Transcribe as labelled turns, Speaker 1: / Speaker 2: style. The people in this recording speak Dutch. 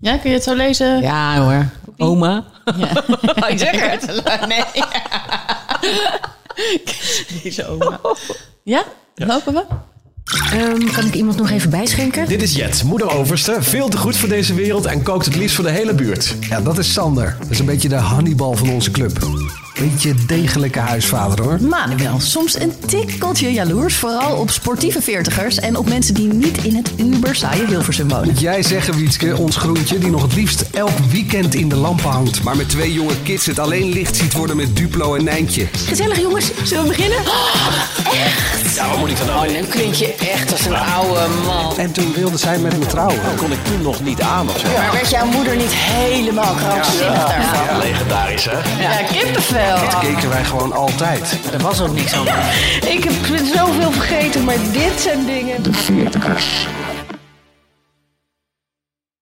Speaker 1: Ja, kun je het zo lezen?
Speaker 2: Ja hoor. Oma.
Speaker 1: Ja.
Speaker 2: Oh, Ik zeg het.
Speaker 1: Nee.
Speaker 2: Deze oma.
Speaker 1: Ja? Lopen we?
Speaker 3: Ehm, kan ik iemand nog even bijschenken?
Speaker 4: Dit is Jet, moeder overste, veel te goed voor deze wereld en kookt het liefst voor de hele buurt.
Speaker 5: Ja, dat is Sander. Dat is een beetje de Hannibal van onze club. Beetje degelijke huisvader hoor.
Speaker 6: Manuel, soms een tikkeltje jaloers, vooral op sportieve veertigers en op mensen die niet in het uber saaie Hilversum wonen.
Speaker 5: Moet jij zeggen, Wietske, ons groentje, die nog het liefst elk weekend in de lampen hangt. Maar met twee jonge kids het alleen licht ziet worden met Duplo en Nijntje.
Speaker 3: Gezellig jongens, zullen we beginnen?
Speaker 4: Ja, wat moet ik dan nou?
Speaker 2: Oh, dan klink je echt als een oude man.
Speaker 5: En toen wilde zij met me trouwen.
Speaker 4: Kon ik toen nog niet aan of zo?
Speaker 2: Maar werd jouw moeder niet helemaal krankzinnig daarvan?
Speaker 4: Ja, legendarisch hè?
Speaker 1: Ja, kippenvel.
Speaker 5: Dat keken wij gewoon altijd.
Speaker 2: Er was ook niks aan.
Speaker 3: Ik heb zoveel vergeten, maar dit zijn dingen.
Speaker 7: De veertigers